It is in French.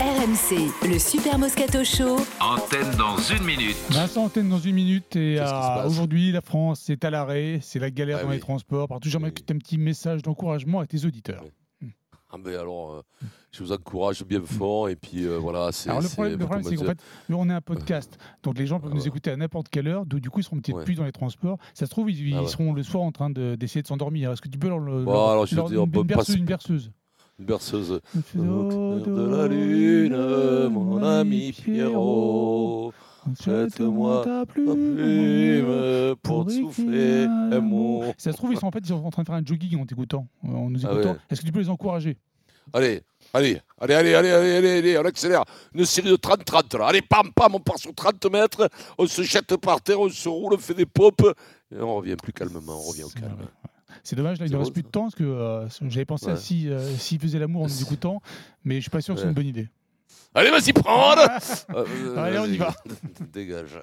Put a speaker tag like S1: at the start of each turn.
S1: RMC, le Super Moscato Show.
S2: Antenne dans une minute.
S3: Vincent Antenne dans une minute et
S4: Qu'est-ce qui se
S3: ah,
S4: passe
S3: aujourd'hui la France est à l'arrêt, c'est la galère
S4: Ah
S3: dans
S4: oui.
S3: les transports partout. J'aimerais
S4: Oui.
S3: que tu aies un petit message d'encouragement à tes auditeurs.
S4: Oui. Ah mais alors, euh, je vous encourage bien fort et puis euh, voilà, c'est.
S3: Alors le
S4: c'est-
S3: problème, le problème, c'est qu'en
S4: comment dire
S3: fait, nous, on est un podcast, donc les gens peuvent
S4: Ah
S3: nous
S4: ouais.
S3: écouter à n'importe quelle heure, donc du coup ils seront peut-être
S4: Ouais.
S3: plus dans les transports. Ça se trouve, ils, ils
S4: Ah ouais.
S3: seront le soir en train de- d'essayer de s'endormir. Est-ce que tu peux leur, leur,
S4: Bon, alors, je veux dire, on
S3: une,
S4: peut
S3: une berceuse,
S4: passer-
S3: une berceuse
S4: une berceuse. Au clair
S3: Au
S4: de la lune, mon ami Pierrot, jette-moi
S3: ta
S4: ta
S3: plume.
S4: plume pour te souffler un mot.
S3: Ça se trouve, ils sont en fait ils sont en train de faire un jogging en t'écoutant, euh, en nous
S4: Ah
S3: écoutant.
S4: ouais.
S3: Est-ce que tu peux les encourager
S4: Allez, allez, allez, allez, allez, allez, allez, allez, on accélère. Une série de 30-30 là. Allez, pam, pam, on part sur 30 mètres, on se jette par terre, on se roule, on fait des pops. Et on revient plus calmement, on revient au
S3: C'est-
S4: calme.
S3: C'est dommage, là, il
S4: C'est
S3: ne reste
S4: drôle,
S3: plus de temps parce que euh, j'avais pensé à
S4: Ouais.
S3: si, euh, s'ils faisaient l'amour en nous
S4: C'est-
S3: écoutant, mais je suis pas sûr que c'est
S4: Ouais.
S3: une bonne idée.
S4: Allez, vas-y, prendre Euh,
S3: Allez, on
S4: vas-y,
S3: y va.
S4: Dégage.